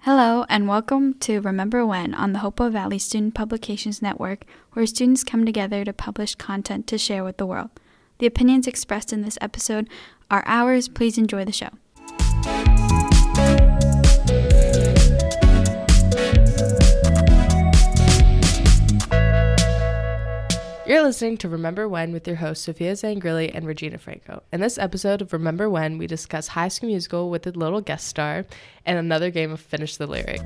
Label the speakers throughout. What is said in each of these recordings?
Speaker 1: Hello, and welcome to Remember When on the Hopo Valley Student Publications Network, where students come together to publish content to share with the world. The opinions expressed in this episode are ours. Please enjoy the show.
Speaker 2: You're listening to Remember When with your hosts Sophia Zangrilli and Regina Franco. In this episode of Remember When, we discuss High School Musical with a little guest star and another game of Finish the Lyric.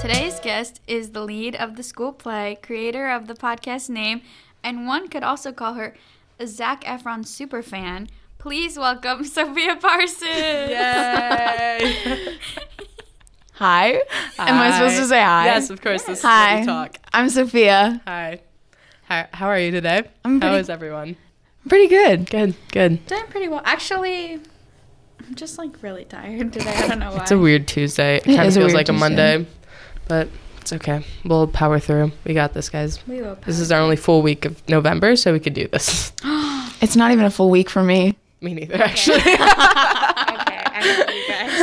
Speaker 1: Today's guest is the lead of the school play, creator of the podcast name, and one could also call her a Zac Efron superfan. Please welcome Sophia Parsons.
Speaker 2: Yay!
Speaker 3: Hi. Am I supposed to say hi?
Speaker 2: Yes, of course. This is what
Speaker 3: Hi.
Speaker 2: we talk.
Speaker 3: I'm Sophia.
Speaker 2: Hi. Hi. How are you today?
Speaker 3: I'm
Speaker 2: How
Speaker 3: pretty-
Speaker 2: is everyone?
Speaker 3: Pretty good.
Speaker 2: Good. Good.
Speaker 1: Doing pretty well. Actually, I'm just like really tired today. I don't know why.
Speaker 2: It's a weird Tuesday. It kind of
Speaker 3: is
Speaker 2: feels
Speaker 3: a weird
Speaker 2: like a
Speaker 3: Tuesday.
Speaker 2: Monday, but it's okay. We'll power through. We got this, guys.
Speaker 1: we will
Speaker 2: This is our only full week of November, so we could do this.
Speaker 3: It's not even a full week for me.
Speaker 2: Me neither, actually.
Speaker 1: okay, I know you guys.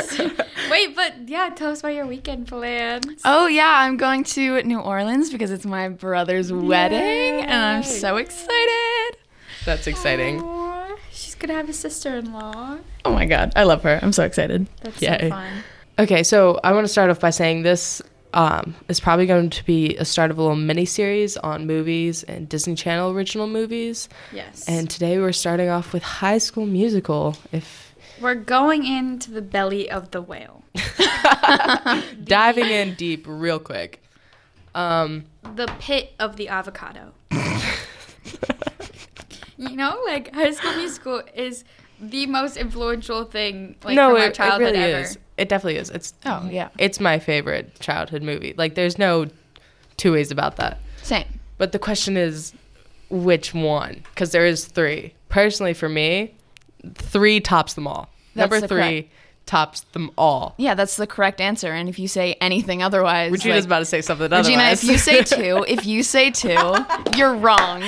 Speaker 1: Wait, but yeah, tell us about your weekend plans.
Speaker 3: Oh yeah, I'm going to New Orleans because it's my brother's wedding and I'm so excited.
Speaker 2: That's exciting.
Speaker 1: Aw, She's gonna have a sister-in-law.
Speaker 3: Oh my god, I love her. I'm so excited.
Speaker 1: That's so
Speaker 2: Yay.
Speaker 1: fun.
Speaker 2: Okay, so I want to start off by saying this um, is probably going to be a start of a little mini series on movies and Disney Channel original movies.
Speaker 1: Yes.
Speaker 2: And today we're starting off with High School Musical. If
Speaker 1: we're going into the belly of the whale.
Speaker 2: diving in deep, real quick. Um,
Speaker 1: The pit of the avocado. you know, like high school musical is the most influential thing like
Speaker 2: no,
Speaker 1: from
Speaker 2: it,
Speaker 1: our
Speaker 2: it
Speaker 1: childhood
Speaker 2: really
Speaker 1: ever.
Speaker 2: is. It definitely is. It's
Speaker 3: Oh yeah.
Speaker 2: it's my favorite childhood movie. Like, there's no two ways about that.
Speaker 3: Same.
Speaker 2: But the question is, which one? Because there is three. Personally, for me, three tops them all.
Speaker 3: That's
Speaker 2: Number
Speaker 3: the
Speaker 2: three tops them all.
Speaker 3: Yeah, that's the correct answer. And if you say anything otherwise,
Speaker 2: Regina's
Speaker 3: like-
Speaker 2: about to say something.
Speaker 3: Regina,
Speaker 2: otherwise.
Speaker 3: if you say two, if you say two, you're wrong.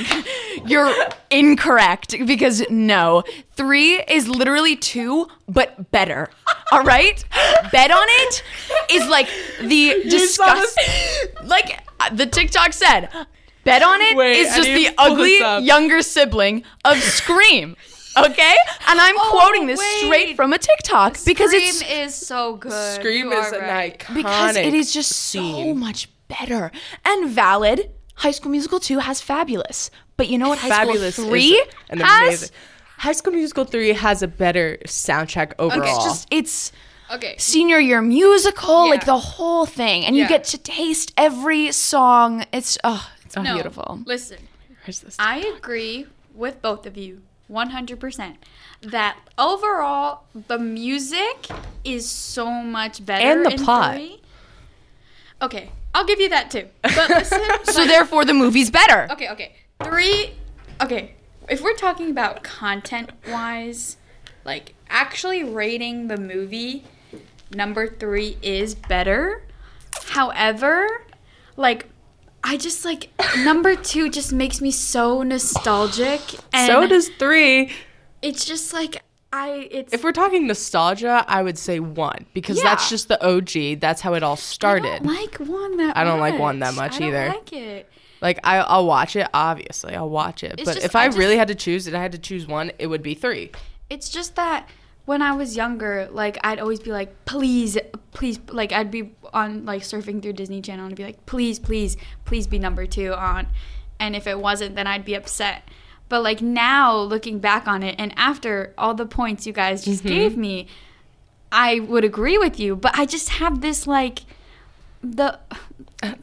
Speaker 3: You're incorrect because no, three is literally two, but better. All right, bet on it is like the
Speaker 2: saw this-
Speaker 3: disgust. Like uh, the TikTok said, bet on it is
Speaker 2: Wait, I
Speaker 3: just
Speaker 2: need
Speaker 3: the
Speaker 2: to pull
Speaker 3: ugly
Speaker 2: this up.
Speaker 3: younger sibling of Scream. Okay, and I'm
Speaker 2: Oh,
Speaker 3: quoting this
Speaker 1: wait.
Speaker 3: straight from a TikTok because
Speaker 1: Scream
Speaker 3: it's
Speaker 1: is so good.
Speaker 2: Scream
Speaker 1: You
Speaker 2: is
Speaker 1: are
Speaker 2: an
Speaker 1: right.
Speaker 2: iconic
Speaker 3: because it is just so
Speaker 2: scene.
Speaker 3: much better and valid. High School Musical 2 has fabulous, but you know what? High
Speaker 2: fabulous.
Speaker 3: School
Speaker 2: is
Speaker 3: 3
Speaker 2: an
Speaker 3: has.
Speaker 2: amazing- High School Musical three has a better soundtrack overall.
Speaker 3: It's just it's
Speaker 1: Okay.
Speaker 3: senior year musical,
Speaker 1: Yeah.
Speaker 3: like the whole thing, and
Speaker 1: Yeah.
Speaker 3: you get to taste every song. It's oh, it's
Speaker 1: No,
Speaker 3: beautiful.
Speaker 1: Listen,
Speaker 2: Where's this?
Speaker 1: I agree with both of you 100% that overall the music is so much better
Speaker 2: And the
Speaker 1: in
Speaker 2: plot.
Speaker 1: three. Okay, I'll give you that too. But listen,
Speaker 3: So therefore, the movie's better.
Speaker 1: okay, okay. 3 Okay, if we're talking about content-wise, like actually rating the movie, number 3 is better. However, like I just like number 2 just makes me so nostalgic and
Speaker 2: so does three.
Speaker 1: it's just like I it's
Speaker 2: If we're talking nostalgia, I would say one because
Speaker 1: Yeah.
Speaker 2: that's just the OG. That's how it all
Speaker 1: I
Speaker 2: started.
Speaker 1: don't like one that
Speaker 2: I don't like
Speaker 1: much.
Speaker 2: one that much
Speaker 1: I don't
Speaker 2: either.
Speaker 1: like it.
Speaker 2: Like I, I'll watch it. Obviously, I'll watch it. but
Speaker 1: just-
Speaker 2: if I,
Speaker 1: I just-
Speaker 2: really had to choose, and I had to choose one, it would be three.
Speaker 1: It's just that when I was younger, like I'd always be like, please, please, like I'd be on like surfing through Disney Channel and be like, please, please, please be number two on. And if it wasn't, then I'd be upset. But like now, looking back on it, and after all the points you guys just
Speaker 2: Mm-hmm.
Speaker 1: gave me, I would agree with you. But I just have this like the.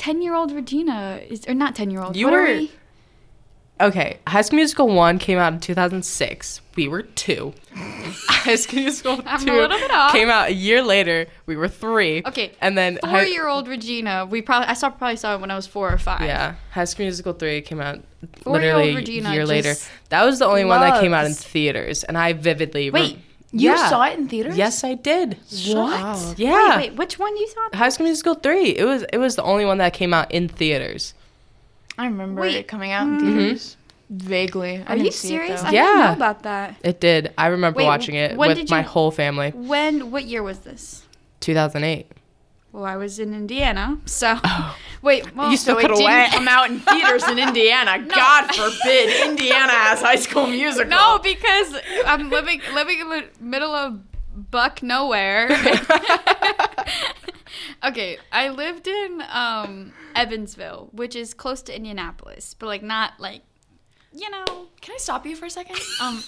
Speaker 1: 10 year old Regina is, or not 10 year old.
Speaker 2: You
Speaker 1: what are
Speaker 2: were-
Speaker 1: we?
Speaker 2: Okay, High School Musical one came out in two thousand six. We were two. High School Musical
Speaker 1: I'm a
Speaker 2: two
Speaker 1: little bit off.
Speaker 2: came out a year later. We were three.
Speaker 1: Okay,
Speaker 2: and then
Speaker 1: four
Speaker 2: Hi-
Speaker 1: year old Regina. We probably I saw probably saw it when I was four or five.
Speaker 2: Yeah, High School Musical three came out
Speaker 1: Four-year-old
Speaker 2: literally
Speaker 1: Regina
Speaker 2: a year later.
Speaker 1: just
Speaker 2: That was the only one that came out in
Speaker 1: loves-
Speaker 2: theaters, and I vividly
Speaker 1: Wait,
Speaker 3: You
Speaker 2: Yeah.
Speaker 3: saw it in theaters?
Speaker 2: Yes, I did.
Speaker 3: What?
Speaker 2: Yeah.
Speaker 1: Wait, wait, which one you saw?
Speaker 2: High School Musical three. It was it was the only one that came out in theaters.
Speaker 3: I remember
Speaker 1: Wait.
Speaker 3: Mm-hmm. it coming out in theaters. Vaguely.
Speaker 1: Are you serious? I
Speaker 2: Yeah.
Speaker 1: didn't know about that.
Speaker 2: It did. I remember
Speaker 1: Wait,
Speaker 2: watching it
Speaker 1: when
Speaker 2: with
Speaker 1: did
Speaker 2: my
Speaker 1: you-
Speaker 2: whole family.
Speaker 1: When? What year was this?
Speaker 2: 2008.
Speaker 1: Well, I was in Indiana, so wait. Well,
Speaker 3: you still
Speaker 1: so
Speaker 3: could have
Speaker 1: it didn't
Speaker 3: went.
Speaker 1: come
Speaker 3: come out in theaters in Indiana. God forbid Indiana has High School Musical.
Speaker 1: No, because I'm living living in the middle of buck nowhere. okay, I lived in um, Evansville, which is close to Indianapolis, but like not like you know.
Speaker 3: Can I stop you for a second?
Speaker 1: Um,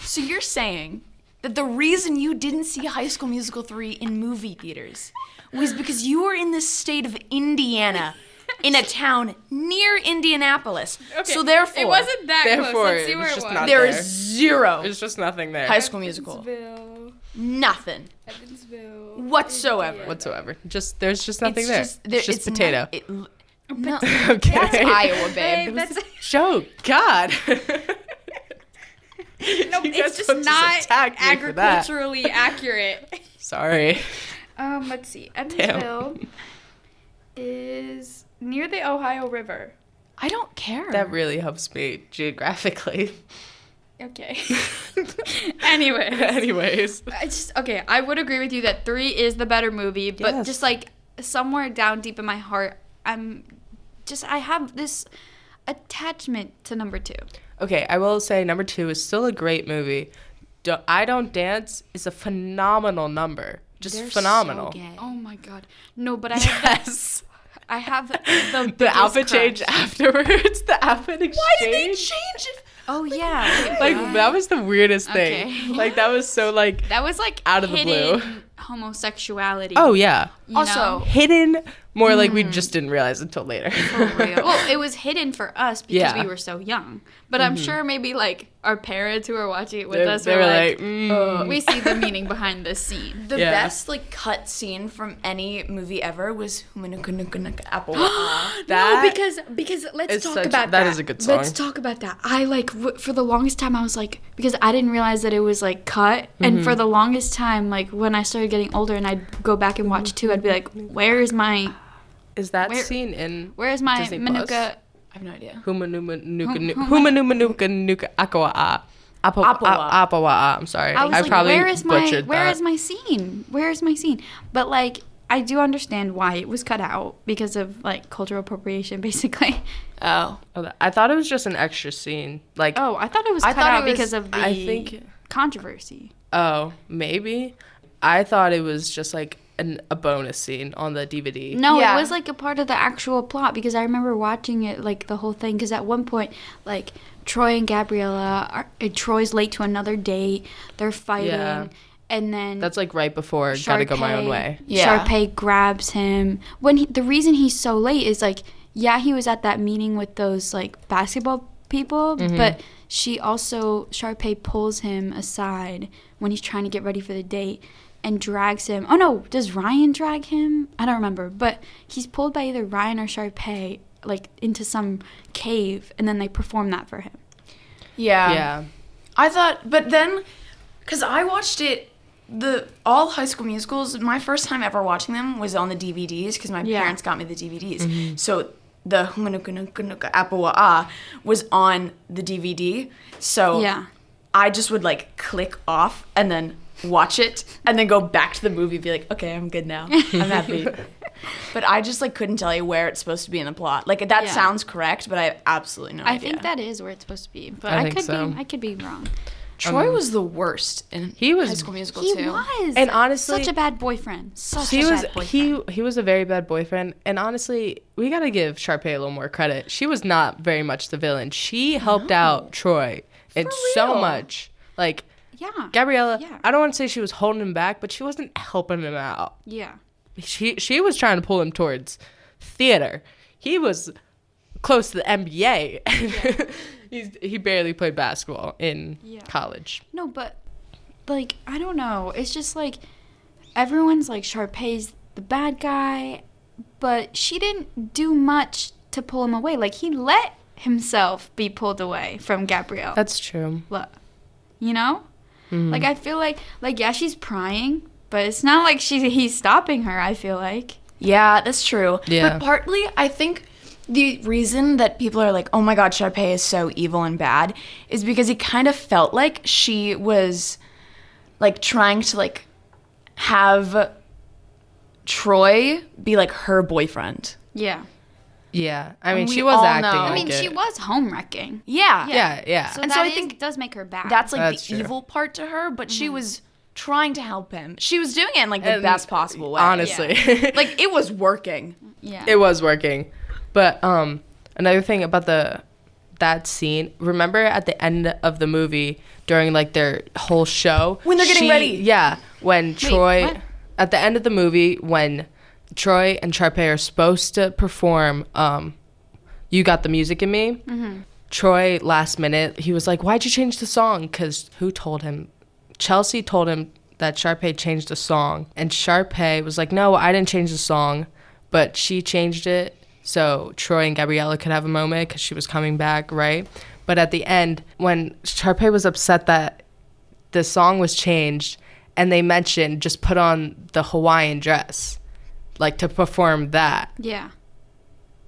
Speaker 3: So you're saying that the reason you didn't see High School Musical 3 in movie theaters was because you were in the state of Indiana in a town near Indianapolis. So therefore
Speaker 1: it wasn't that
Speaker 2: Therefore,
Speaker 1: close. Let's see
Speaker 2: it
Speaker 1: where
Speaker 2: was
Speaker 1: it
Speaker 2: just
Speaker 1: was.
Speaker 2: not
Speaker 3: there
Speaker 2: there.
Speaker 3: is zero
Speaker 2: There's just nothing there
Speaker 3: High School Musical.
Speaker 1: Evansville,
Speaker 3: Nothing
Speaker 1: Evansville.
Speaker 3: whatsoever.
Speaker 2: whatsoever. Just there's just nothing there.
Speaker 3: just- there-
Speaker 2: It's just
Speaker 3: it's not-
Speaker 2: potato.
Speaker 3: it l- no,
Speaker 2: I'm
Speaker 3: that's
Speaker 2: kidding.
Speaker 3: Iowa, babe.
Speaker 1: Hey, that's
Speaker 2: Joke. God.
Speaker 1: no,
Speaker 2: You guys
Speaker 1: it's just
Speaker 2: want to
Speaker 1: not
Speaker 2: attack me for that.
Speaker 1: agriculturally accurate.
Speaker 2: Sorry.
Speaker 1: Um, let's see. Evansville is near the Ohio River.
Speaker 3: I don't care.
Speaker 2: That really helps me geographically.
Speaker 1: Okay. anyway,
Speaker 2: Anyways.
Speaker 1: I just okay. I would agree with you that three is the better movie, but
Speaker 2: Yes.
Speaker 1: just like somewhere down deep in my heart, I'm just I have this attachment to number two.
Speaker 2: Okay, I will say number two is still a great movie. Do- I Don't Dance is a phenomenal number. Just
Speaker 3: They're so
Speaker 2: phenomenal.
Speaker 3: gay.
Speaker 1: Oh my god. No, but I have,
Speaker 2: yes.
Speaker 1: I have the
Speaker 2: The
Speaker 1: biggest
Speaker 2: outfit
Speaker 1: crush.
Speaker 2: change afterwards. The outfit exchange.
Speaker 3: Why did they change it?
Speaker 1: Oh yeah. wait,
Speaker 2: Like
Speaker 1: what?
Speaker 2: that was the weirdest thing.
Speaker 1: Okay.
Speaker 2: Like that was so like.
Speaker 1: That was like
Speaker 2: Out of the blue.
Speaker 1: hidden homosexuality.
Speaker 2: Oh yeah.
Speaker 1: you
Speaker 3: Also, Hmm.
Speaker 1: know?
Speaker 2: Hidden. More like we just didn't realize until later.
Speaker 1: well, it was hidden for us because
Speaker 2: Yeah. Mm-hmm.
Speaker 1: we were so young. But I'm sure maybe like our parents who were watching it with
Speaker 2: They-
Speaker 1: us
Speaker 2: they
Speaker 1: were,
Speaker 2: were
Speaker 1: like,
Speaker 2: like, mm.
Speaker 1: "Oh, we see the meaning behind this scene.
Speaker 3: The
Speaker 2: Yeah.
Speaker 3: best like cut scene from any movie ever was Humanukunukunuka Apple. Wah.
Speaker 2: That
Speaker 1: no, Oh, because because let's
Speaker 2: is
Speaker 1: talk
Speaker 2: such-
Speaker 1: about
Speaker 2: that
Speaker 1: that.
Speaker 2: is a good
Speaker 1: Let's
Speaker 2: song.
Speaker 1: talk about that. I like w- for the longest time I was like because I didn't realize that it was like cut, and
Speaker 2: Mm-hmm.
Speaker 1: for the longest time like when I started getting older and I'd go back and watch two, I'd be like, where is my
Speaker 2: Is that
Speaker 1: Where-
Speaker 2: scene in
Speaker 1: where is my
Speaker 2: Disney Plus?
Speaker 1: Manuka?
Speaker 3: I have no idea.
Speaker 2: Humanumanuka
Speaker 1: Hum-
Speaker 2: Humanumanuka Nuka Akawa Apo,
Speaker 3: Apawa.
Speaker 2: Ap- Apawa. I'm sorry.
Speaker 1: I was like,
Speaker 2: probably
Speaker 1: where is my
Speaker 2: butchered
Speaker 1: where
Speaker 2: that.
Speaker 1: is my scene? Where is my scene? But like I do understand why it was cut out because of like cultural appropriation basically.
Speaker 3: Oh,
Speaker 2: Oh, that- I thought it was just an extra scene. Like,
Speaker 1: Oh, I thought it was
Speaker 3: I
Speaker 1: cut
Speaker 3: thought
Speaker 1: out
Speaker 3: it was-
Speaker 1: because of the
Speaker 2: I think-
Speaker 1: controversy.
Speaker 2: oh, maybe. I thought it was just like an, a bonus scene on the DVD.
Speaker 1: No,
Speaker 3: Yeah.
Speaker 1: it was like a part of the actual plot because I remember watching it like the whole thing because at one point like Troy and Gabriella are uh, Troy's late to another date. They're fighting
Speaker 2: Yeah.
Speaker 1: and then
Speaker 2: That's like right before Gotta Go My Own Way.
Speaker 3: Yeah.
Speaker 1: Sharpay grabs him. When he, the reason he's so late is like, yeah, he was at that meeting with those like basketball people,
Speaker 2: Mm-hmm.
Speaker 1: but she also Sharpay pulls him aside when he's trying to get ready for the date and drags him. Oh no, does Ryan drag him? I don't remember, but he's pulled by either Ryan or Sharpay like into some cave and then they perform that for him.
Speaker 3: yeah.
Speaker 2: yeah.
Speaker 3: I thought, but then, because I watched it, the all High School Musicals. My first time ever watching them was on the DVDs because my
Speaker 1: Yeah. Mm-hmm.
Speaker 3: parents got me the DVDs. So the Humanukunukunuka Apawa'a was on the DVD. So
Speaker 1: Yeah.
Speaker 3: I just would like click off and then watch it and then go back to the movie and be like, okay, I'm good now. I'm happy. but I just like couldn't tell you where it's supposed to be in the plot. Like that
Speaker 1: Yeah.
Speaker 3: sounds correct, but I have absolutely no
Speaker 1: I
Speaker 3: idea.
Speaker 1: think that is where it's supposed to be, but
Speaker 2: I
Speaker 1: I,
Speaker 2: think
Speaker 1: could
Speaker 2: so.
Speaker 1: be I could be wrong.
Speaker 3: Troy was the worst in
Speaker 2: Um, He was-
Speaker 3: High School Musical
Speaker 1: He
Speaker 3: too.
Speaker 1: was.
Speaker 2: And honestly-
Speaker 1: such a bad boyfriend. Such
Speaker 2: He
Speaker 1: a
Speaker 2: was
Speaker 1: bad boyfriend.
Speaker 2: he he was a very bad boyfriend, and honestly, we gotta give Sharpay a little more credit. She was not very much the villain. She helped out Troy and so
Speaker 3: real.
Speaker 2: much. Like
Speaker 1: Yeah.
Speaker 2: Gabriella,
Speaker 1: Yeah.
Speaker 2: I don't want to say she was holding him back, but she wasn't helping him out.
Speaker 1: Yeah.
Speaker 2: She she was trying to pull him towards theater. He was close to the NBA. He's, he barely played basketball in
Speaker 1: Yeah.
Speaker 2: college.
Speaker 1: No, but like I don't know. It's just like everyone's like Sharpay's the bad guy, but she didn't do much to pull him away. Like he let himself be pulled away from Gabrielle.
Speaker 2: That's true.
Speaker 1: Look, you know, like I feel like like yeah, she's prying, but it's not like she he's stopping her. I feel like
Speaker 3: Yeah, that's true.
Speaker 2: Yeah.
Speaker 3: But partly, I think the reason that people are like, oh my God, Sharpay is so evil and bad is because it kind of felt like she was like trying to like have Troy be like her boyfriend.
Speaker 1: Yeah.
Speaker 2: Yeah, I mean,
Speaker 3: We
Speaker 2: she was
Speaker 3: all
Speaker 2: acting.
Speaker 3: know.
Speaker 2: Like
Speaker 1: I mean,
Speaker 2: it.
Speaker 1: she was home wrecking.
Speaker 3: Yeah.
Speaker 2: Yeah, yeah.
Speaker 1: So
Speaker 3: And
Speaker 1: that
Speaker 3: so I
Speaker 1: is-
Speaker 3: think-
Speaker 1: does make her bad.
Speaker 3: That's like
Speaker 2: That's
Speaker 3: the
Speaker 2: true.
Speaker 3: evil part to her, but she was trying to help him. She was doing it in like the
Speaker 2: And
Speaker 3: best possible way.
Speaker 2: Honestly,
Speaker 3: Like it was working.
Speaker 1: yeah.
Speaker 2: it was working. But um, another thing about the that scene. Remember at the end of the movie during like their whole show
Speaker 3: When they're getting
Speaker 2: she-
Speaker 3: ready.
Speaker 2: Yeah, when Troy
Speaker 1: what?
Speaker 2: at the end of the movie when Troy and Sharpay are supposed to perform. Um, you got the music in me. Troy last minute he was like, "Why'd you change the song?" Because who told him? Chelsea told him that Sharpay changed the song, and Sharpay was like, "No, I didn't change the song, but she changed it so Troy and Gabriella could have a moment because she was coming back, right?" But at the end, when Sharpay was upset that the song was changed, and they mentioned just put on the Hawaiian dress, like to perform that.
Speaker 1: yeah.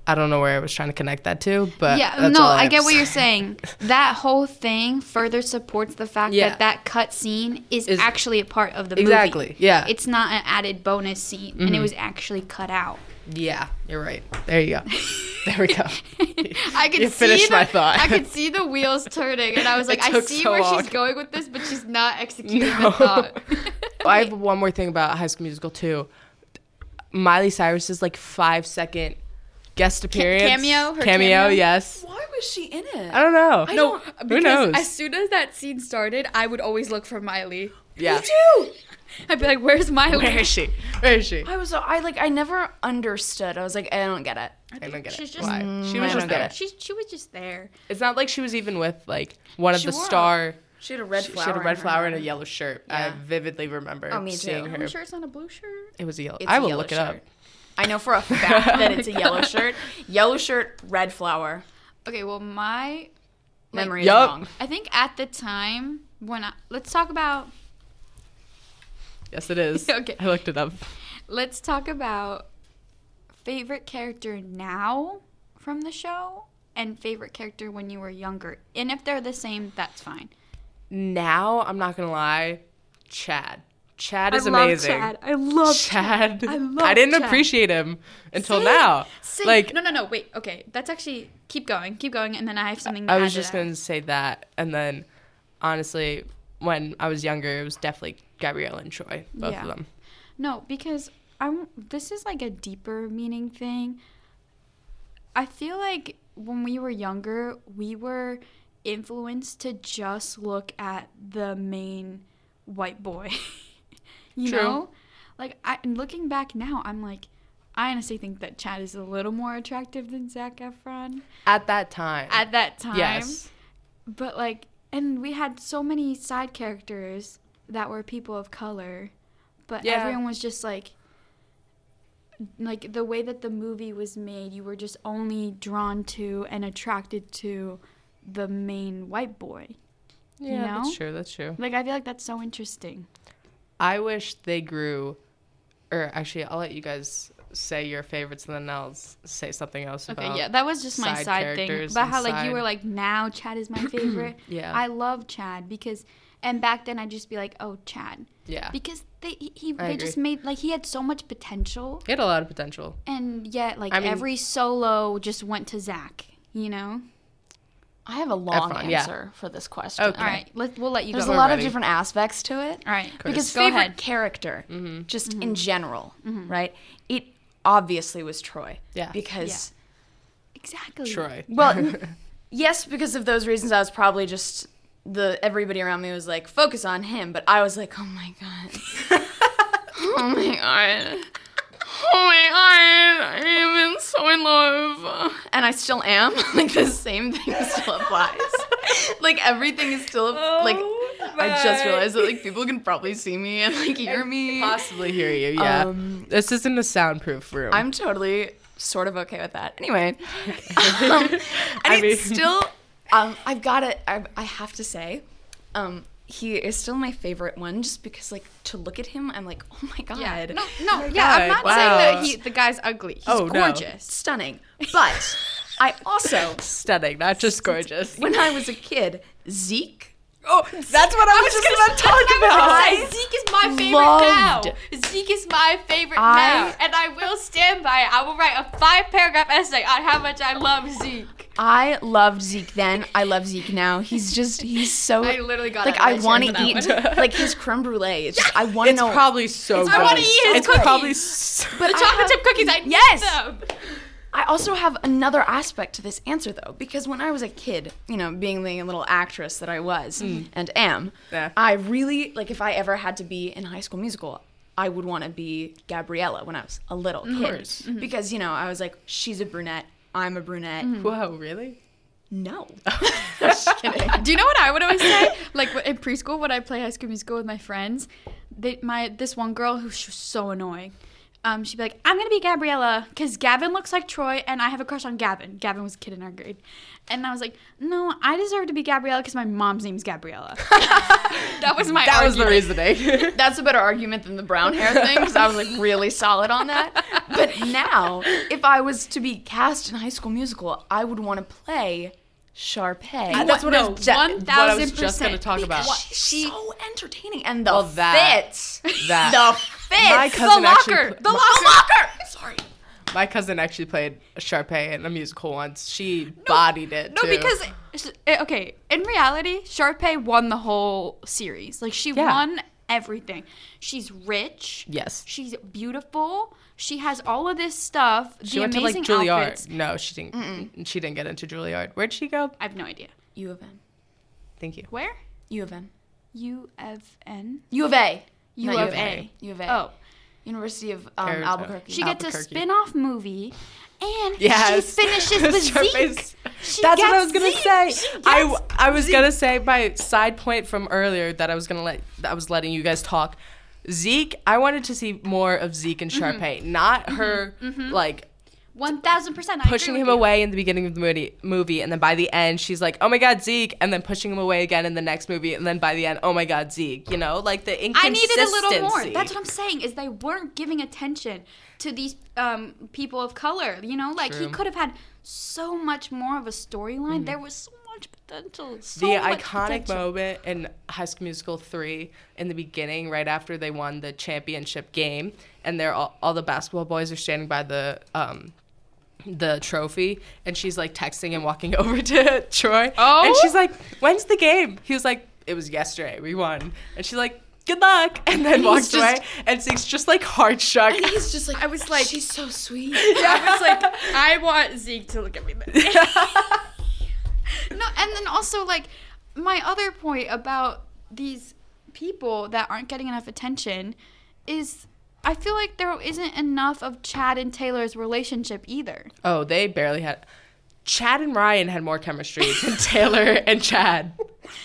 Speaker 2: I don't know where I was trying to connect that to, but
Speaker 1: yeah,
Speaker 2: that's
Speaker 1: no,
Speaker 2: all
Speaker 1: I
Speaker 2: have
Speaker 1: get
Speaker 2: to
Speaker 1: what you're
Speaker 2: say.
Speaker 1: saying. That whole thing further supports the fact
Speaker 2: Yeah.
Speaker 1: that that cut scene is,
Speaker 2: Is-
Speaker 1: actually a part of the movie.
Speaker 2: Exactly, yeah. Mm-hmm.
Speaker 1: It's not an added bonus scene, and it was actually cut out.
Speaker 2: Yeah, you're right. There you go. There we go.
Speaker 1: I could
Speaker 2: You
Speaker 1: see
Speaker 2: finished
Speaker 1: the,
Speaker 2: my thought.
Speaker 1: I could see the wheels turning, and I was
Speaker 2: It
Speaker 1: like, I
Speaker 2: took
Speaker 1: see
Speaker 2: so
Speaker 1: where
Speaker 2: long.
Speaker 1: she's going with this, but she's not executing
Speaker 2: No.
Speaker 1: the thought.
Speaker 2: I have one more thing about High School Musical too. Miley Cyrus's like five second guest appearance
Speaker 1: cameo? Her
Speaker 2: cameo,
Speaker 1: cameo?
Speaker 2: yes.
Speaker 3: Why was she in it?
Speaker 2: I don't know.
Speaker 1: no,
Speaker 2: who knows?
Speaker 1: As soon as that scene started, I would always look for Miley.
Speaker 2: yeah.
Speaker 3: too.
Speaker 1: I'd be like, "Where's Miley?
Speaker 2: Where is she? Where is she?
Speaker 3: I was I like I never understood. I was like I don't get it.
Speaker 2: I don't get
Speaker 1: She's
Speaker 2: it.
Speaker 1: just- Mm,
Speaker 2: Why? She was
Speaker 3: I
Speaker 2: just
Speaker 3: don't get
Speaker 2: there.
Speaker 3: it.
Speaker 1: She she was just there."
Speaker 2: It's not like she was even with like one of
Speaker 3: She
Speaker 2: the
Speaker 3: wore a
Speaker 2: star.
Speaker 3: She had a red
Speaker 2: She had a red flower and a yellow shirt.
Speaker 3: Yeah.
Speaker 2: I vividly remember
Speaker 3: Oh, me too.
Speaker 2: seeing
Speaker 1: Are
Speaker 2: her.
Speaker 1: you sure it's not a blue shirt?
Speaker 2: It was a yellow.
Speaker 3: It's
Speaker 2: I
Speaker 3: a
Speaker 2: will
Speaker 3: yellow
Speaker 2: look it up.
Speaker 3: shirt. I know for a fact that it's a yellow shirt. Yellow shirt, red flower.
Speaker 1: Okay, well my
Speaker 3: Memory is
Speaker 2: yup.
Speaker 3: wrong.
Speaker 1: I think at the time when I, let's talk about
Speaker 2: Yes, it is.
Speaker 1: Okay.
Speaker 2: I looked it up.
Speaker 1: let's talk about favorite character now from the show and favorite character when you were younger. And if they're the same, that's fine.
Speaker 2: Now, I'm not gonna lie, Chad. Chad is
Speaker 1: I
Speaker 2: amazing.
Speaker 1: love Chad. I love
Speaker 2: Chad.
Speaker 1: I love
Speaker 2: didn't
Speaker 1: Chad.
Speaker 2: appreciate him until
Speaker 1: Same,
Speaker 2: now.
Speaker 1: Same.
Speaker 2: Like
Speaker 1: no, no, no. Wait. Okay, that's actually keep going, keep going, and then I have something. To
Speaker 2: I
Speaker 1: add
Speaker 2: was
Speaker 1: to
Speaker 2: just
Speaker 1: that.
Speaker 2: gonna say that, and then honestly, when I was younger, it was definitely Gabrielle and Troy, both
Speaker 1: Yeah.
Speaker 2: of them.
Speaker 1: No, because I'm. This is like a deeper meaning thing. I feel like when we were younger, we were influenced to just look at the main white boy. you
Speaker 2: True.
Speaker 1: know, like I and looking back now, I'm like, I honestly think that Chad is a little more attractive than Zach Efron
Speaker 2: At that time.
Speaker 1: at that time.
Speaker 2: yes.
Speaker 1: But like, and we had so many side characters that were people of color, but
Speaker 2: Yeah.
Speaker 1: everyone was just like, like the way that the movie was made, you were just only drawn to and attracted to the main white boy.
Speaker 2: Yeah,
Speaker 1: know?
Speaker 2: that's true. That's true.
Speaker 1: Like, I feel like that's so interesting.
Speaker 2: I wish they grew, or actually, I'll let you guys say your favorites, and then I'll s- say something else
Speaker 1: Okay,
Speaker 2: about.
Speaker 1: yeah, that was just my
Speaker 2: side
Speaker 1: side thing
Speaker 2: characters
Speaker 1: about
Speaker 2: and
Speaker 1: how like
Speaker 2: side-
Speaker 1: you were like now Chad is my favorite.
Speaker 2: Yeah.
Speaker 1: I love Chad because, and back then I'd just be like, oh Chad,
Speaker 2: yeah.
Speaker 1: because they he- he
Speaker 2: I
Speaker 1: they just made like he had so much potential
Speaker 2: He had a lot of potential.
Speaker 1: and yet like
Speaker 2: I mean-
Speaker 1: every solo just went to Zach you know
Speaker 3: I have a long
Speaker 2: Efron, yeah.
Speaker 3: answer for this question.
Speaker 2: Okay.
Speaker 1: all right let, we'll let you
Speaker 3: There's
Speaker 1: go
Speaker 3: a lot
Speaker 2: ready.
Speaker 3: of different aspects to it.
Speaker 1: all right
Speaker 3: Because
Speaker 1: go
Speaker 3: favorite
Speaker 1: ahead
Speaker 3: character,
Speaker 2: Mm-hmm.
Speaker 3: just in general, right? It obviously was Troy.
Speaker 2: Yeah.
Speaker 3: Because
Speaker 1: exactly
Speaker 2: Troy.
Speaker 3: Well, n- yes, because of those reasons, I was probably just the everybody around me was like focus on him, but I was like, oh my god, oh my god, oh my god, I've been so in love, and I still am. Like the same thing still applies. like everything is still like. I just realized that like people can probably see me and like hear me.
Speaker 2: possibly hear you. Yeah,
Speaker 3: Um,
Speaker 2: this isn't a soundproof room.
Speaker 3: I'm totally sort of okay with that. Anyway, um, and
Speaker 2: I
Speaker 3: it's
Speaker 2: mean-
Speaker 3: still, um, I've got to, I, I have to say, um, he is still my favorite one just because, like, to look at him, I'm like, oh my God.
Speaker 1: yeah no no yeah I'm
Speaker 2: God,
Speaker 1: not saying that
Speaker 2: wow.
Speaker 1: he the guy's ugly he's
Speaker 2: Oh, no.
Speaker 1: gorgeous
Speaker 3: Stunning. But I also,
Speaker 2: Stunning, not just gorgeous.
Speaker 3: when I was a kid, Zeke.
Speaker 2: Oh, that's what I was just gonna talk
Speaker 1: I
Speaker 2: about.
Speaker 1: said Zeke is my favorite
Speaker 3: loved-
Speaker 1: now. Zeke is my favorite
Speaker 3: I-
Speaker 1: now, and I will stand by it. I will write a five-paragraph essay on how much I love Zeke.
Speaker 3: I loved Zeke then. I love Zeke now. He's just, he's so.
Speaker 1: I literally got
Speaker 3: like
Speaker 1: out of my
Speaker 3: I
Speaker 1: chair
Speaker 3: want
Speaker 1: for
Speaker 3: to
Speaker 1: that
Speaker 3: eat
Speaker 1: one.
Speaker 3: like his creme brulee. It's just I want to
Speaker 2: It's
Speaker 3: know.
Speaker 2: probably so good.
Speaker 1: I wanna eat his
Speaker 2: It's probably
Speaker 1: cookies.
Speaker 2: so
Speaker 1: the
Speaker 3: I
Speaker 1: chocolate
Speaker 3: have-
Speaker 1: chip cookies. I
Speaker 3: Yes!
Speaker 1: need them.
Speaker 3: I also have another aspect to this answer though, because when I was a kid, you know, being the little actress that I was and am,
Speaker 2: Mm. Yeah.
Speaker 3: I really like if I ever had to be in High School Musical, I would want to be Gabriella when I was a little kid,
Speaker 2: course. Mm-hmm.
Speaker 3: because you know I was like, she's a brunette, I'm a brunette.
Speaker 2: Wow, really?
Speaker 3: No, just kidding.
Speaker 1: Do you know what I would always say? Like wh- in preschool, when I play High School Musical with my friends, they, my this one girl who she was so annoying. Um, she'd be like, "I'm gonna be Gabriella because Gavin looks like Troy, and I have a crush on Gavin. Gavin was a kid in our grade, and I was like, "No, I deserve to be Gabriella because my mom's name's Gabriella." that was my.
Speaker 2: That was the
Speaker 1: argument.
Speaker 2: reasoning.
Speaker 3: That's a better argument than the brown hair thing because I was like really solid on that. But now, if I was to be cast in High School Musical, I would want to play Sharpay.
Speaker 2: That's what I
Speaker 1: no,
Speaker 2: was ju- what I was just
Speaker 1: 1000%.
Speaker 2: gonna talk about.
Speaker 1: Because
Speaker 3: She's so entertaining and the
Speaker 2: Well, that-
Speaker 3: fits,
Speaker 2: that-
Speaker 3: the fits,
Speaker 2: My cousin
Speaker 3: the
Speaker 2: actually
Speaker 3: locker,
Speaker 2: pl-
Speaker 3: the
Speaker 2: my-
Speaker 3: locker. Sorry.
Speaker 2: My cousin actually played Sharpay in a musical once. She bodied it.
Speaker 1: No,
Speaker 2: too.
Speaker 1: because sh- eh, okay, in reality, Sharpay won the whole series. Like she
Speaker 2: Yeah.
Speaker 1: won everything. She's rich.
Speaker 2: Yes.
Speaker 1: She's beautiful. She has all of this stuff.
Speaker 2: she
Speaker 1: the
Speaker 2: went to like
Speaker 1: amazing
Speaker 2: Juilliard.
Speaker 1: outfits.
Speaker 2: No, she didn't. Mm, She didn't get into Juilliard. Where'd she go?
Speaker 1: I have no idea.
Speaker 3: U of M.
Speaker 2: Thank you.
Speaker 1: Where?
Speaker 3: U of M.
Speaker 1: U of N.
Speaker 3: U of A.
Speaker 1: U
Speaker 3: Not
Speaker 1: of A.
Speaker 3: U of A.
Speaker 1: Oh,
Speaker 3: University of um,
Speaker 2: Arizona.
Speaker 3: Albuquerque.
Speaker 1: she gets a
Speaker 2: Albuquerque.
Speaker 1: spin-off movie, and
Speaker 2: Yes.
Speaker 1: she finishes with
Speaker 2: Sharpay's-
Speaker 1: Zeke. She
Speaker 2: That's what I was
Speaker 1: gets
Speaker 2: gonna
Speaker 1: Zeke.
Speaker 2: say.
Speaker 1: She
Speaker 2: I,
Speaker 1: gets-
Speaker 2: w- I was gonna say my side point from earlier that I was gonna let that I was letting you guys talk. Zeke, I wanted to see more of Zeke and
Speaker 1: Mm-hmm.
Speaker 2: Sharpay, not her like
Speaker 1: One thousand percent.
Speaker 2: pushing him away in the beginning of the movie, movie, and then by the end she's like, "Oh my God, Zeke," and then pushing him away again in the next movie, and then by the end, "Oh my God, Zeke." You know, like the
Speaker 1: I
Speaker 2: inconsistency.
Speaker 1: needed a little more. That's what I'm saying is they weren't giving attention to these um, people of color. You know, like he
Speaker 2: True. Mm-hmm.
Speaker 1: could have had so much more of a storyline. There was so much potential. So
Speaker 2: the
Speaker 1: much
Speaker 2: iconic
Speaker 1: potential.
Speaker 2: moment in High School Musical 3 in the beginning, right after they won the championship game, and they're all, all the basketball boys are standing by the um, the trophy, and she's like texting and walking over to Troy.
Speaker 1: Oh.
Speaker 2: And she's like, When's the game? He was like, It was yesterday. We won. And she's like, Good luck. And then
Speaker 3: he's
Speaker 2: walks
Speaker 3: just-
Speaker 2: away, and Zeke's just like heart shook.
Speaker 3: And he's just like,
Speaker 1: I was like-
Speaker 3: she's so sweet.
Speaker 1: I was like, I want Zeke to look at me. no, and then also like my other point about these people that aren't getting enough attention is I feel like there isn't enough of Chad and Taylor's relationship either.
Speaker 2: oh, they barely had. Chad and Ryan had more chemistry than Taylor and Chad,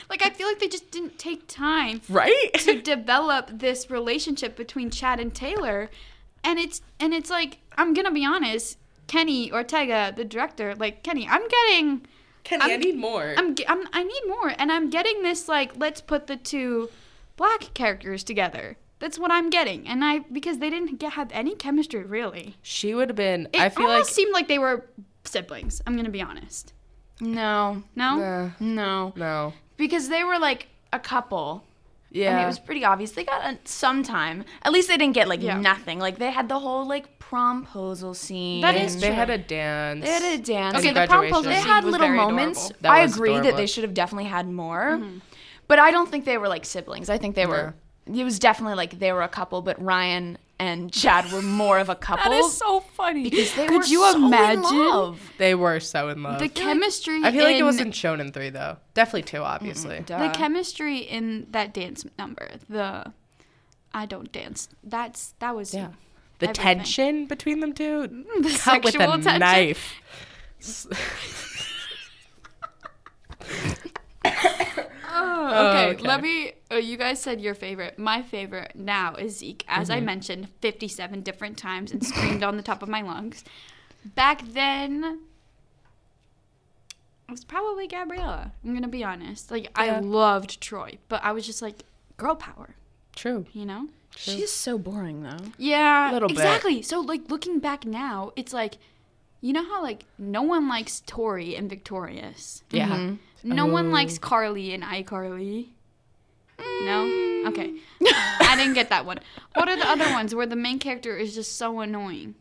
Speaker 1: Like I feel like they just didn't take time
Speaker 2: right?
Speaker 1: to develop this relationship between Chad and Taylor, and it's and it's like I'm gonna be honest, Kenny Ortega, the director, like Kenny, I'm getting,
Speaker 2: Kenny, i
Speaker 1: I'm-
Speaker 2: need more.
Speaker 1: I'm, ge- I'm I need more, and I'm getting this like let's put the two black characters together. That's what I'm getting, and I because they didn't get, have any chemistry really.
Speaker 2: She would have been.
Speaker 1: It
Speaker 2: I feel like.
Speaker 1: almost seemed like they were siblings. I'm gonna be honest.
Speaker 3: No,
Speaker 1: No,
Speaker 2: Nah,
Speaker 3: no,
Speaker 2: uh, no.
Speaker 3: because they were like a couple.
Speaker 2: Yeah.
Speaker 3: And it was pretty obvious. They got a, some time. At least they didn't get like
Speaker 1: Yeah.
Speaker 3: nothing. Like they had the whole like promposal scene.
Speaker 1: That is
Speaker 2: they
Speaker 1: true.
Speaker 2: had a dance.
Speaker 3: They had a dance.
Speaker 2: Okay,
Speaker 3: Okay,
Speaker 2: the
Speaker 3: the
Speaker 2: graduation.
Speaker 3: promposal.
Speaker 2: promposal
Speaker 3: They
Speaker 1: scene
Speaker 3: had
Speaker 1: was
Speaker 3: little
Speaker 1: very
Speaker 3: moments.
Speaker 1: adorable.
Speaker 2: That
Speaker 3: I
Speaker 2: was
Speaker 3: agree that
Speaker 2: adorable.
Speaker 3: they should have definitely had more, but I don't think they were like siblings. I think they were. It was definitely like they were a couple, but Ryan and Chad were more of a couple.
Speaker 1: so funny.
Speaker 3: because they
Speaker 1: Could
Speaker 3: were
Speaker 1: you
Speaker 3: so in
Speaker 1: imagine?
Speaker 3: love.
Speaker 2: They were so in love.
Speaker 1: The chemistry.
Speaker 2: I feel like it
Speaker 1: in-
Speaker 2: wasn't shown in three though. Definitely two, obviously.
Speaker 1: the
Speaker 3: Duh.
Speaker 1: chemistry in that dance number the i don't dance that's that was
Speaker 2: Yeah. The
Speaker 1: Everything.
Speaker 2: tension between them two.
Speaker 1: the
Speaker 2: Cut with a
Speaker 1: sexual tension.
Speaker 2: knife. S-
Speaker 1: okay,
Speaker 2: Oh, okay.
Speaker 1: let me uh, you guys said your favorite my favorite now is zeke as
Speaker 2: Mm-hmm.
Speaker 1: i mentioned 57 different times and screamed on the top of my lungs back then it was probably gabriella i'm gonna be honest like i
Speaker 2: Yeah.
Speaker 1: loved troy but i was just like girl power
Speaker 2: True.
Speaker 1: you know
Speaker 3: She is so boring though.
Speaker 1: Yeah,
Speaker 2: Little bit.
Speaker 1: exactly. So like looking back now, it's like you know how like no one likes Tori and Victorious.
Speaker 3: Mm-hmm.
Speaker 2: Yeah.
Speaker 1: No one likes
Speaker 2: Oh.
Speaker 1: Carly and iCarly.
Speaker 2: Mm.
Speaker 1: No? Okay. I didn't get that one. What are the other ones where the main character is just so annoying?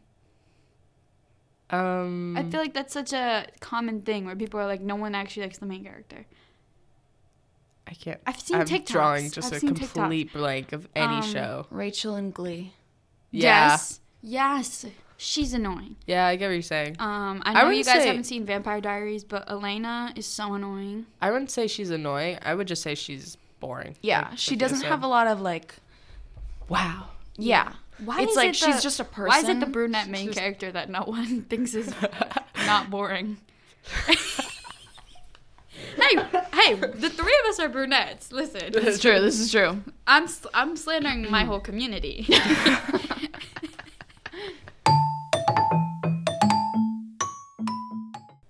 Speaker 2: Um,
Speaker 1: I feel like that's such a common thing where people are like, no one actually likes the main character.
Speaker 2: I can't.
Speaker 1: I've seen
Speaker 2: I'm
Speaker 1: TikToks.
Speaker 2: drawing just
Speaker 1: I've
Speaker 2: a
Speaker 1: seen TikToks.
Speaker 2: complete blank of any
Speaker 1: Um,
Speaker 2: show.
Speaker 4: Rachel and Glee.
Speaker 2: Yeah.
Speaker 1: Yes. Yes. She's annoying.
Speaker 2: Yeah, I get what you're saying.
Speaker 1: Um,
Speaker 2: I
Speaker 1: I know you
Speaker 2: wouldn't
Speaker 1: guys
Speaker 2: say-
Speaker 1: haven't seen Vampire Diaries, but Elena is so annoying.
Speaker 2: I wouldn't say she's annoying. I would just say she's boring.
Speaker 4: Yeah,
Speaker 2: Like,
Speaker 4: she
Speaker 2: like you
Speaker 4: doesn't
Speaker 2: said.
Speaker 4: have a lot of like.
Speaker 2: Wow.
Speaker 4: Yeah,
Speaker 1: Why
Speaker 4: it's
Speaker 1: is
Speaker 4: like
Speaker 1: it
Speaker 4: she's
Speaker 1: the-
Speaker 4: just a person.
Speaker 1: Why is it the brunette main
Speaker 2: She's-
Speaker 1: character that no one thinks is not boring? hey, hey, the three of us are brunettes. Listen,
Speaker 4: It's true. This is true.
Speaker 1: I'm sl- I'm slandering my whole community.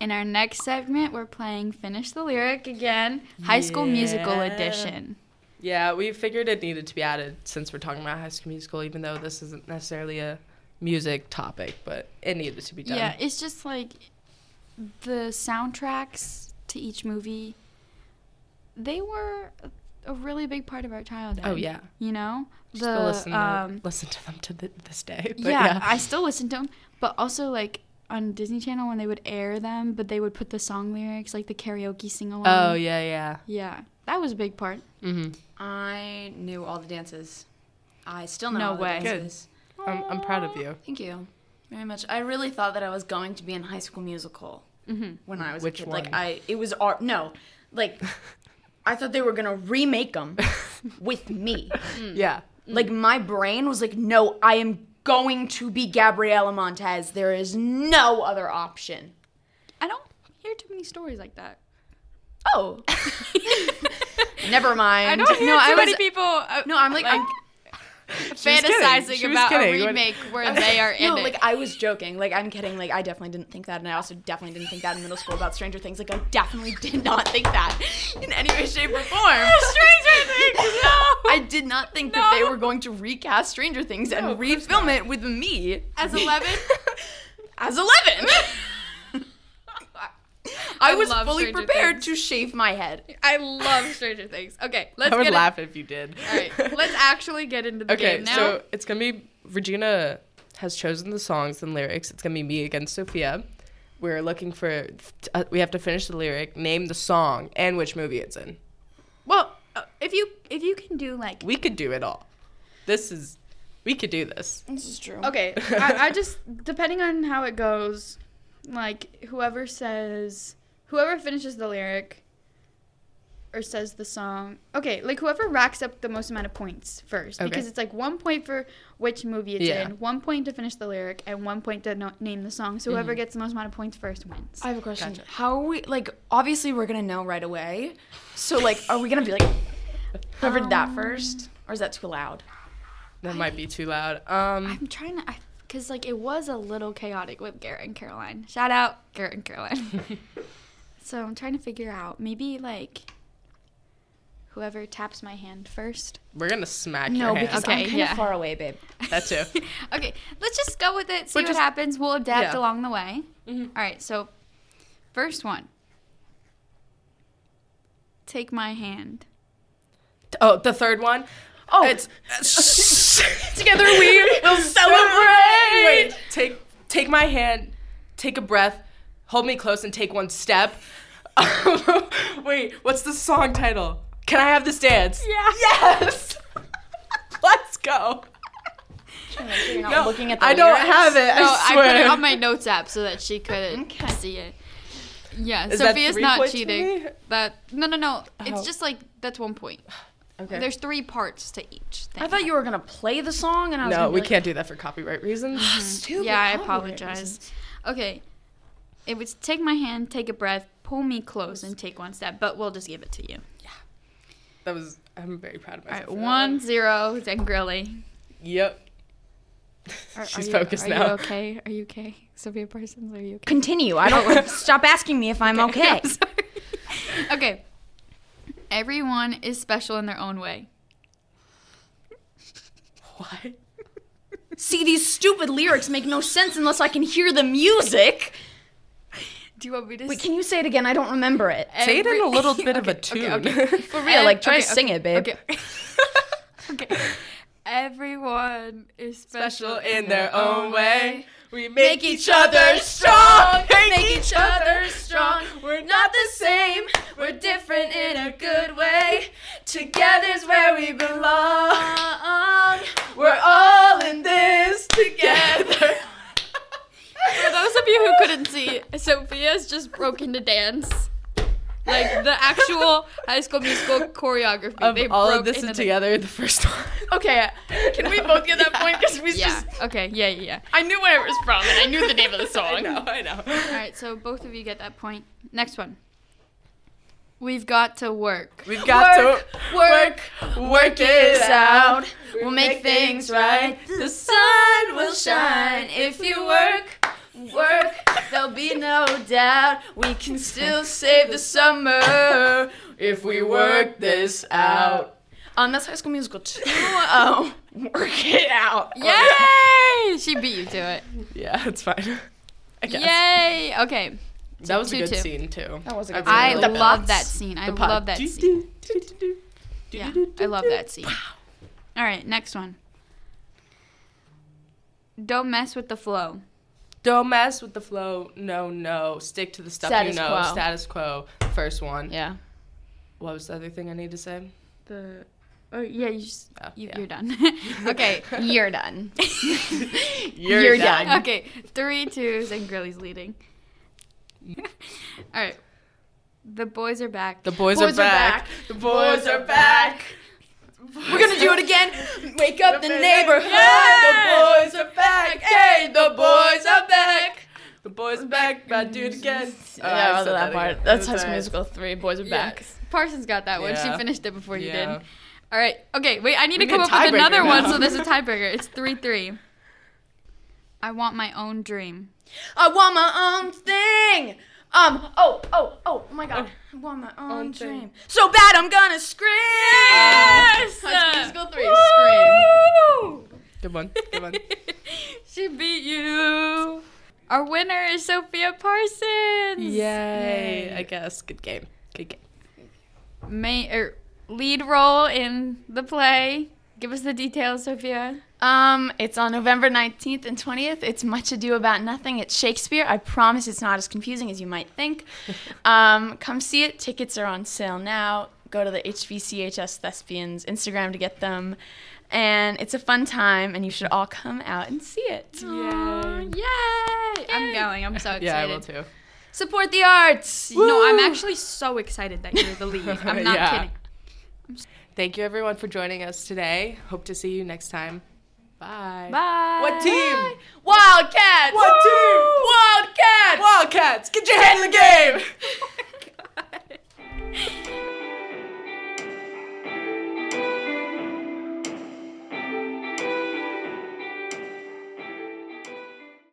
Speaker 1: In our next segment, we're playing Finish the Lyric again, High School Musical
Speaker 2: Yeah.
Speaker 1: edition.
Speaker 2: Yeah, we figured it needed to be added since we're talking about High School Musical, even though this isn't necessarily a music topic, but it needed to be done.
Speaker 1: Yeah, it's just like the soundtracks to each movie. They were a really big part of our childhood.
Speaker 2: Oh yeah.
Speaker 1: you know the
Speaker 2: Still listen to,
Speaker 1: um,
Speaker 2: listen to them to th- this day. But
Speaker 1: yeah,
Speaker 2: yeah,
Speaker 1: I still listen to them, but also like on Disney Channel when they would air them, but they would put the song lyrics like the karaoke sing along.
Speaker 2: Oh yeah, yeah.
Speaker 1: yeah, that was a big part.
Speaker 2: hmm
Speaker 3: I knew all the dances. I still know
Speaker 1: No
Speaker 3: all the
Speaker 1: way.
Speaker 2: Good.
Speaker 3: dances.
Speaker 2: I'm, I'm proud of you.
Speaker 3: Thank you very much. I really thought that I was going to be in High School Musical
Speaker 1: Mm-hmm.
Speaker 3: when I was
Speaker 2: Which
Speaker 3: a kid.
Speaker 2: one?
Speaker 3: Like I, it was art. No, like I thought they were gonna remake them with me.
Speaker 1: Mm.
Speaker 2: Yeah.
Speaker 3: Like my brain was like, no, I am going to be Gabriela Montez. There is no other option.
Speaker 1: I don't hear too many stories like that.
Speaker 3: Oh, never mind.
Speaker 1: I don't hear
Speaker 3: no,
Speaker 1: too
Speaker 3: I was.
Speaker 1: many people. uh,
Speaker 3: No, I'm like, I'm,
Speaker 2: kidding. She
Speaker 1: fantasizing
Speaker 2: was
Speaker 1: about a
Speaker 2: kidding. What-
Speaker 1: remake where they are in
Speaker 3: no,
Speaker 1: it.
Speaker 3: like I was joking. Like I'm kidding. Like I definitely didn't think that, and I also definitely didn't think that in middle school about Stranger Things. Like I definitely did not think that in any way, shape, or form.
Speaker 1: Stranger Things, no.
Speaker 3: I did not think that they were going to recast Stranger Things and refilm it with me
Speaker 1: As eleven.
Speaker 3: as Eleven. I, was
Speaker 1: love
Speaker 3: fully
Speaker 1: Stranger
Speaker 3: prepared
Speaker 1: Things.
Speaker 3: to shave my head.
Speaker 1: I love Stranger Things. Okay, let's
Speaker 2: I would
Speaker 1: get
Speaker 2: laugh if you did.
Speaker 1: All right, let's actually get into the
Speaker 2: okay,
Speaker 1: game now.
Speaker 2: so it's gonna be Regina has chosen the songs and lyrics. It's gonna be me against Sophia. We're looking for. Uh, we have to finish the lyric, name the song, and which movie it's in.
Speaker 1: well, uh, if you if you can do like
Speaker 2: We could do it all. This is. We could do this.
Speaker 3: This is true.
Speaker 1: okay, I, I just depending on how it goes, like whoever says whoever finishes the lyric or says the song. Okay, like whoever racks up the most amount of points first
Speaker 2: Okay.
Speaker 1: because it's like one point for which movie it's
Speaker 2: Yeah.
Speaker 1: in, one point to finish the lyric, and one point to no- name the song. So
Speaker 2: Mm-hmm.
Speaker 1: whoever gets the most amount of points first wins.
Speaker 3: I have a question.
Speaker 2: Gotcha.
Speaker 3: How are we like obviously we're gonna know right away. So like are we gonna be like whoever did
Speaker 1: Um,
Speaker 3: that first? Or is that too loud?
Speaker 2: That might be too loud. Um,
Speaker 1: I'm trying to, because like it was a little chaotic with Garrett and Caroline. Shout out Garrett and Caroline. so I'm trying to figure out maybe like whoever taps my hand first.
Speaker 2: we're gonna smack your
Speaker 3: No,
Speaker 2: hand.
Speaker 3: because
Speaker 1: Okay,
Speaker 3: I'm kind of
Speaker 1: yeah.
Speaker 3: far away, babe.
Speaker 2: That too.
Speaker 1: okay, let's just go with it.
Speaker 2: But
Speaker 1: See what
Speaker 2: just-
Speaker 1: happens. We'll adapt
Speaker 2: yeah.
Speaker 1: along the way. All right. So first one. Take my hand.
Speaker 2: Oh, the third one.
Speaker 3: Oh,
Speaker 2: It's
Speaker 3: together we will
Speaker 2: Wait,
Speaker 3: celebrate.
Speaker 2: take take my hand, take a breath, hold me close, and take one step. Wait, what's the song title? Can I have this dance?
Speaker 1: Yeah.
Speaker 2: Yes. Let's go.
Speaker 3: You're not
Speaker 2: No,
Speaker 3: looking at the
Speaker 2: I don't
Speaker 3: lyrics?
Speaker 2: have it.
Speaker 1: No,
Speaker 2: I
Speaker 1: I,
Speaker 2: swear.
Speaker 1: put it on my notes app so that she could see it. Yeah,
Speaker 2: Is that
Speaker 1: Sophia's
Speaker 2: three
Speaker 1: not
Speaker 2: points for me?
Speaker 1: cheating. That no, no, no. It's
Speaker 2: Oh.
Speaker 1: just like that's one point.
Speaker 2: okay.
Speaker 1: There's three parts to each. Thing.
Speaker 3: I thought you were gonna play the song, and I was
Speaker 2: no,
Speaker 3: gonna be
Speaker 2: we
Speaker 3: like,
Speaker 2: can't do that for copyright reasons.
Speaker 3: Stupid
Speaker 1: yeah, I
Speaker 3: copyright reasons.
Speaker 1: apologize. Okay, it was take my hand, take a breath, pull me close, and take one step. But we'll just give it to you.
Speaker 2: that was. I'm very proud of
Speaker 1: All
Speaker 2: myself.
Speaker 1: right,
Speaker 2: for that
Speaker 1: one zero, then Grilly.
Speaker 2: Yep.
Speaker 1: Are-
Speaker 2: She's
Speaker 1: are you-
Speaker 2: focused
Speaker 1: are
Speaker 2: now.
Speaker 1: you okay? Are you okay, Sophia Parsons? Are you okay?
Speaker 3: Continue. I don't stop asking me if I'm okay.
Speaker 1: I'm sorry. okay. Everyone is special in their own way.
Speaker 2: What?
Speaker 3: See, these stupid lyrics make no sense unless I can hear the music.
Speaker 1: Do you want me to
Speaker 3: Wait, can you say it again? I don't remember it.
Speaker 2: Say it in a
Speaker 1: every-
Speaker 2: little bit of a
Speaker 1: Okay,
Speaker 2: tune.
Speaker 1: okay, okay.
Speaker 3: For real, like try to
Speaker 1: okay,
Speaker 3: sing it, babe.
Speaker 1: Okay. okay. Everyone is special,
Speaker 2: in their own way. We
Speaker 1: Make each other strong. Make each other strong.
Speaker 2: We're not the same.
Speaker 1: We're different in a good way. Together's where we belong.
Speaker 2: We're all in this together.
Speaker 1: For those of you who couldn't see, Sophia's just broke into dance. Like the actual High School Musical choreography.
Speaker 2: Of
Speaker 1: they
Speaker 2: all
Speaker 1: broke
Speaker 2: of this
Speaker 1: into
Speaker 2: is
Speaker 1: the-
Speaker 2: together, the first one.
Speaker 3: Okay, can we both get that point? Because we
Speaker 1: Yeah.
Speaker 3: just.
Speaker 1: Okay. Yeah. Yeah. yeah.
Speaker 3: I knew where it was from and I knew the name of the
Speaker 2: I
Speaker 3: song.
Speaker 2: know, I know.
Speaker 1: All right. So both of you get that point. Next one. We've got to work.
Speaker 2: We've got to
Speaker 3: Work,
Speaker 2: work it out.
Speaker 3: We'll make things
Speaker 2: right.
Speaker 3: The sun will shine if you work, work. There'll be no doubt we can still save the summer
Speaker 2: If we work this out.
Speaker 3: Um, that's High School Musical too. Oh, work it out.
Speaker 1: Yay! She beat you to it.
Speaker 2: Yeah, it's fine. Oh. I guess.
Speaker 1: Yay! Okay.
Speaker 2: That was a
Speaker 1: Two,
Speaker 2: good
Speaker 1: two.
Speaker 2: scene too. That
Speaker 3: was a good
Speaker 1: I
Speaker 3: The
Speaker 1: love that scene. I love that scene. Yeah, I love that scene. All right, next one. Don't mess with the flow.
Speaker 2: Don't mess with the flow. No, no. Stick to the stuff
Speaker 5: Status
Speaker 2: you know.
Speaker 5: quo.
Speaker 2: Status quo. First one.
Speaker 5: Yeah.
Speaker 2: What was the other thing I need to say?
Speaker 1: The oh yeah, you just
Speaker 2: Oh,
Speaker 1: you,
Speaker 2: yeah.
Speaker 1: you're done. okay,
Speaker 5: You're done.
Speaker 2: You're, done.
Speaker 1: okay. Three twos and Grilly's leading. All right, the boys are back.
Speaker 2: The boys,
Speaker 3: Boys
Speaker 2: are,
Speaker 3: are
Speaker 2: back. The boys are back.
Speaker 3: We're gonna do it again. Wake up the neighborhood.
Speaker 2: Yeah. The boys are back. Hey, the boys are back. The boys are back. About do it again. Oh, I
Speaker 5: yeah, I
Speaker 2: said
Speaker 5: that,
Speaker 2: again.
Speaker 5: part. That's High School
Speaker 2: alright.
Speaker 5: Musical 3. Boys are
Speaker 1: Yeah,
Speaker 5: back.
Speaker 1: Parsons got that one. She
Speaker 2: Yeah.
Speaker 1: finished it before you
Speaker 2: Yeah.
Speaker 1: did. All right. Okay. Wait. I need
Speaker 2: We
Speaker 1: to come
Speaker 2: need
Speaker 1: up with
Speaker 2: tiebreaker
Speaker 1: another one.
Speaker 2: now.
Speaker 1: So there's a tiebreaker. It's three three. I want my own dream.
Speaker 3: I want my own thing. Um, oh, oh, oh, oh my god. I want my own,
Speaker 2: Own thing.
Speaker 3: dream. So bad I'm gonna scream.
Speaker 1: Yes.
Speaker 3: High School Musical 3, scream.
Speaker 2: Good one. Good one.
Speaker 1: she beat you. Our winner is Sophia Parsons.
Speaker 2: Yay. I guess. Good game. Good game.
Speaker 1: May er, lead role in the play. Give us the details, Sophia.
Speaker 5: Um, it's on November 19th and 20th. It's Much Ado About Nothing. It's Shakespeare. I promise it's not as confusing as you might think. Um, come see it. Tickets are on sale now. Go to the HVCHS Thespians Instagram to get them. And it's a fun time, and you should all come out and see it.
Speaker 1: Yay! Yay! I'm going. I'm so excited.
Speaker 2: Yeah, I will too.
Speaker 1: Support the arts. No, I'm
Speaker 2: Woo!
Speaker 1: actually so excited that you're the lead. I'm not
Speaker 2: Yeah.
Speaker 1: kidding.
Speaker 2: Thank you everyone for joining us today. Hope to see you next time. Bye.
Speaker 1: Bye.
Speaker 2: What team?
Speaker 5: Wildcats!
Speaker 2: What team?
Speaker 5: Wildcats!
Speaker 2: Wildcats. Get your head in the game.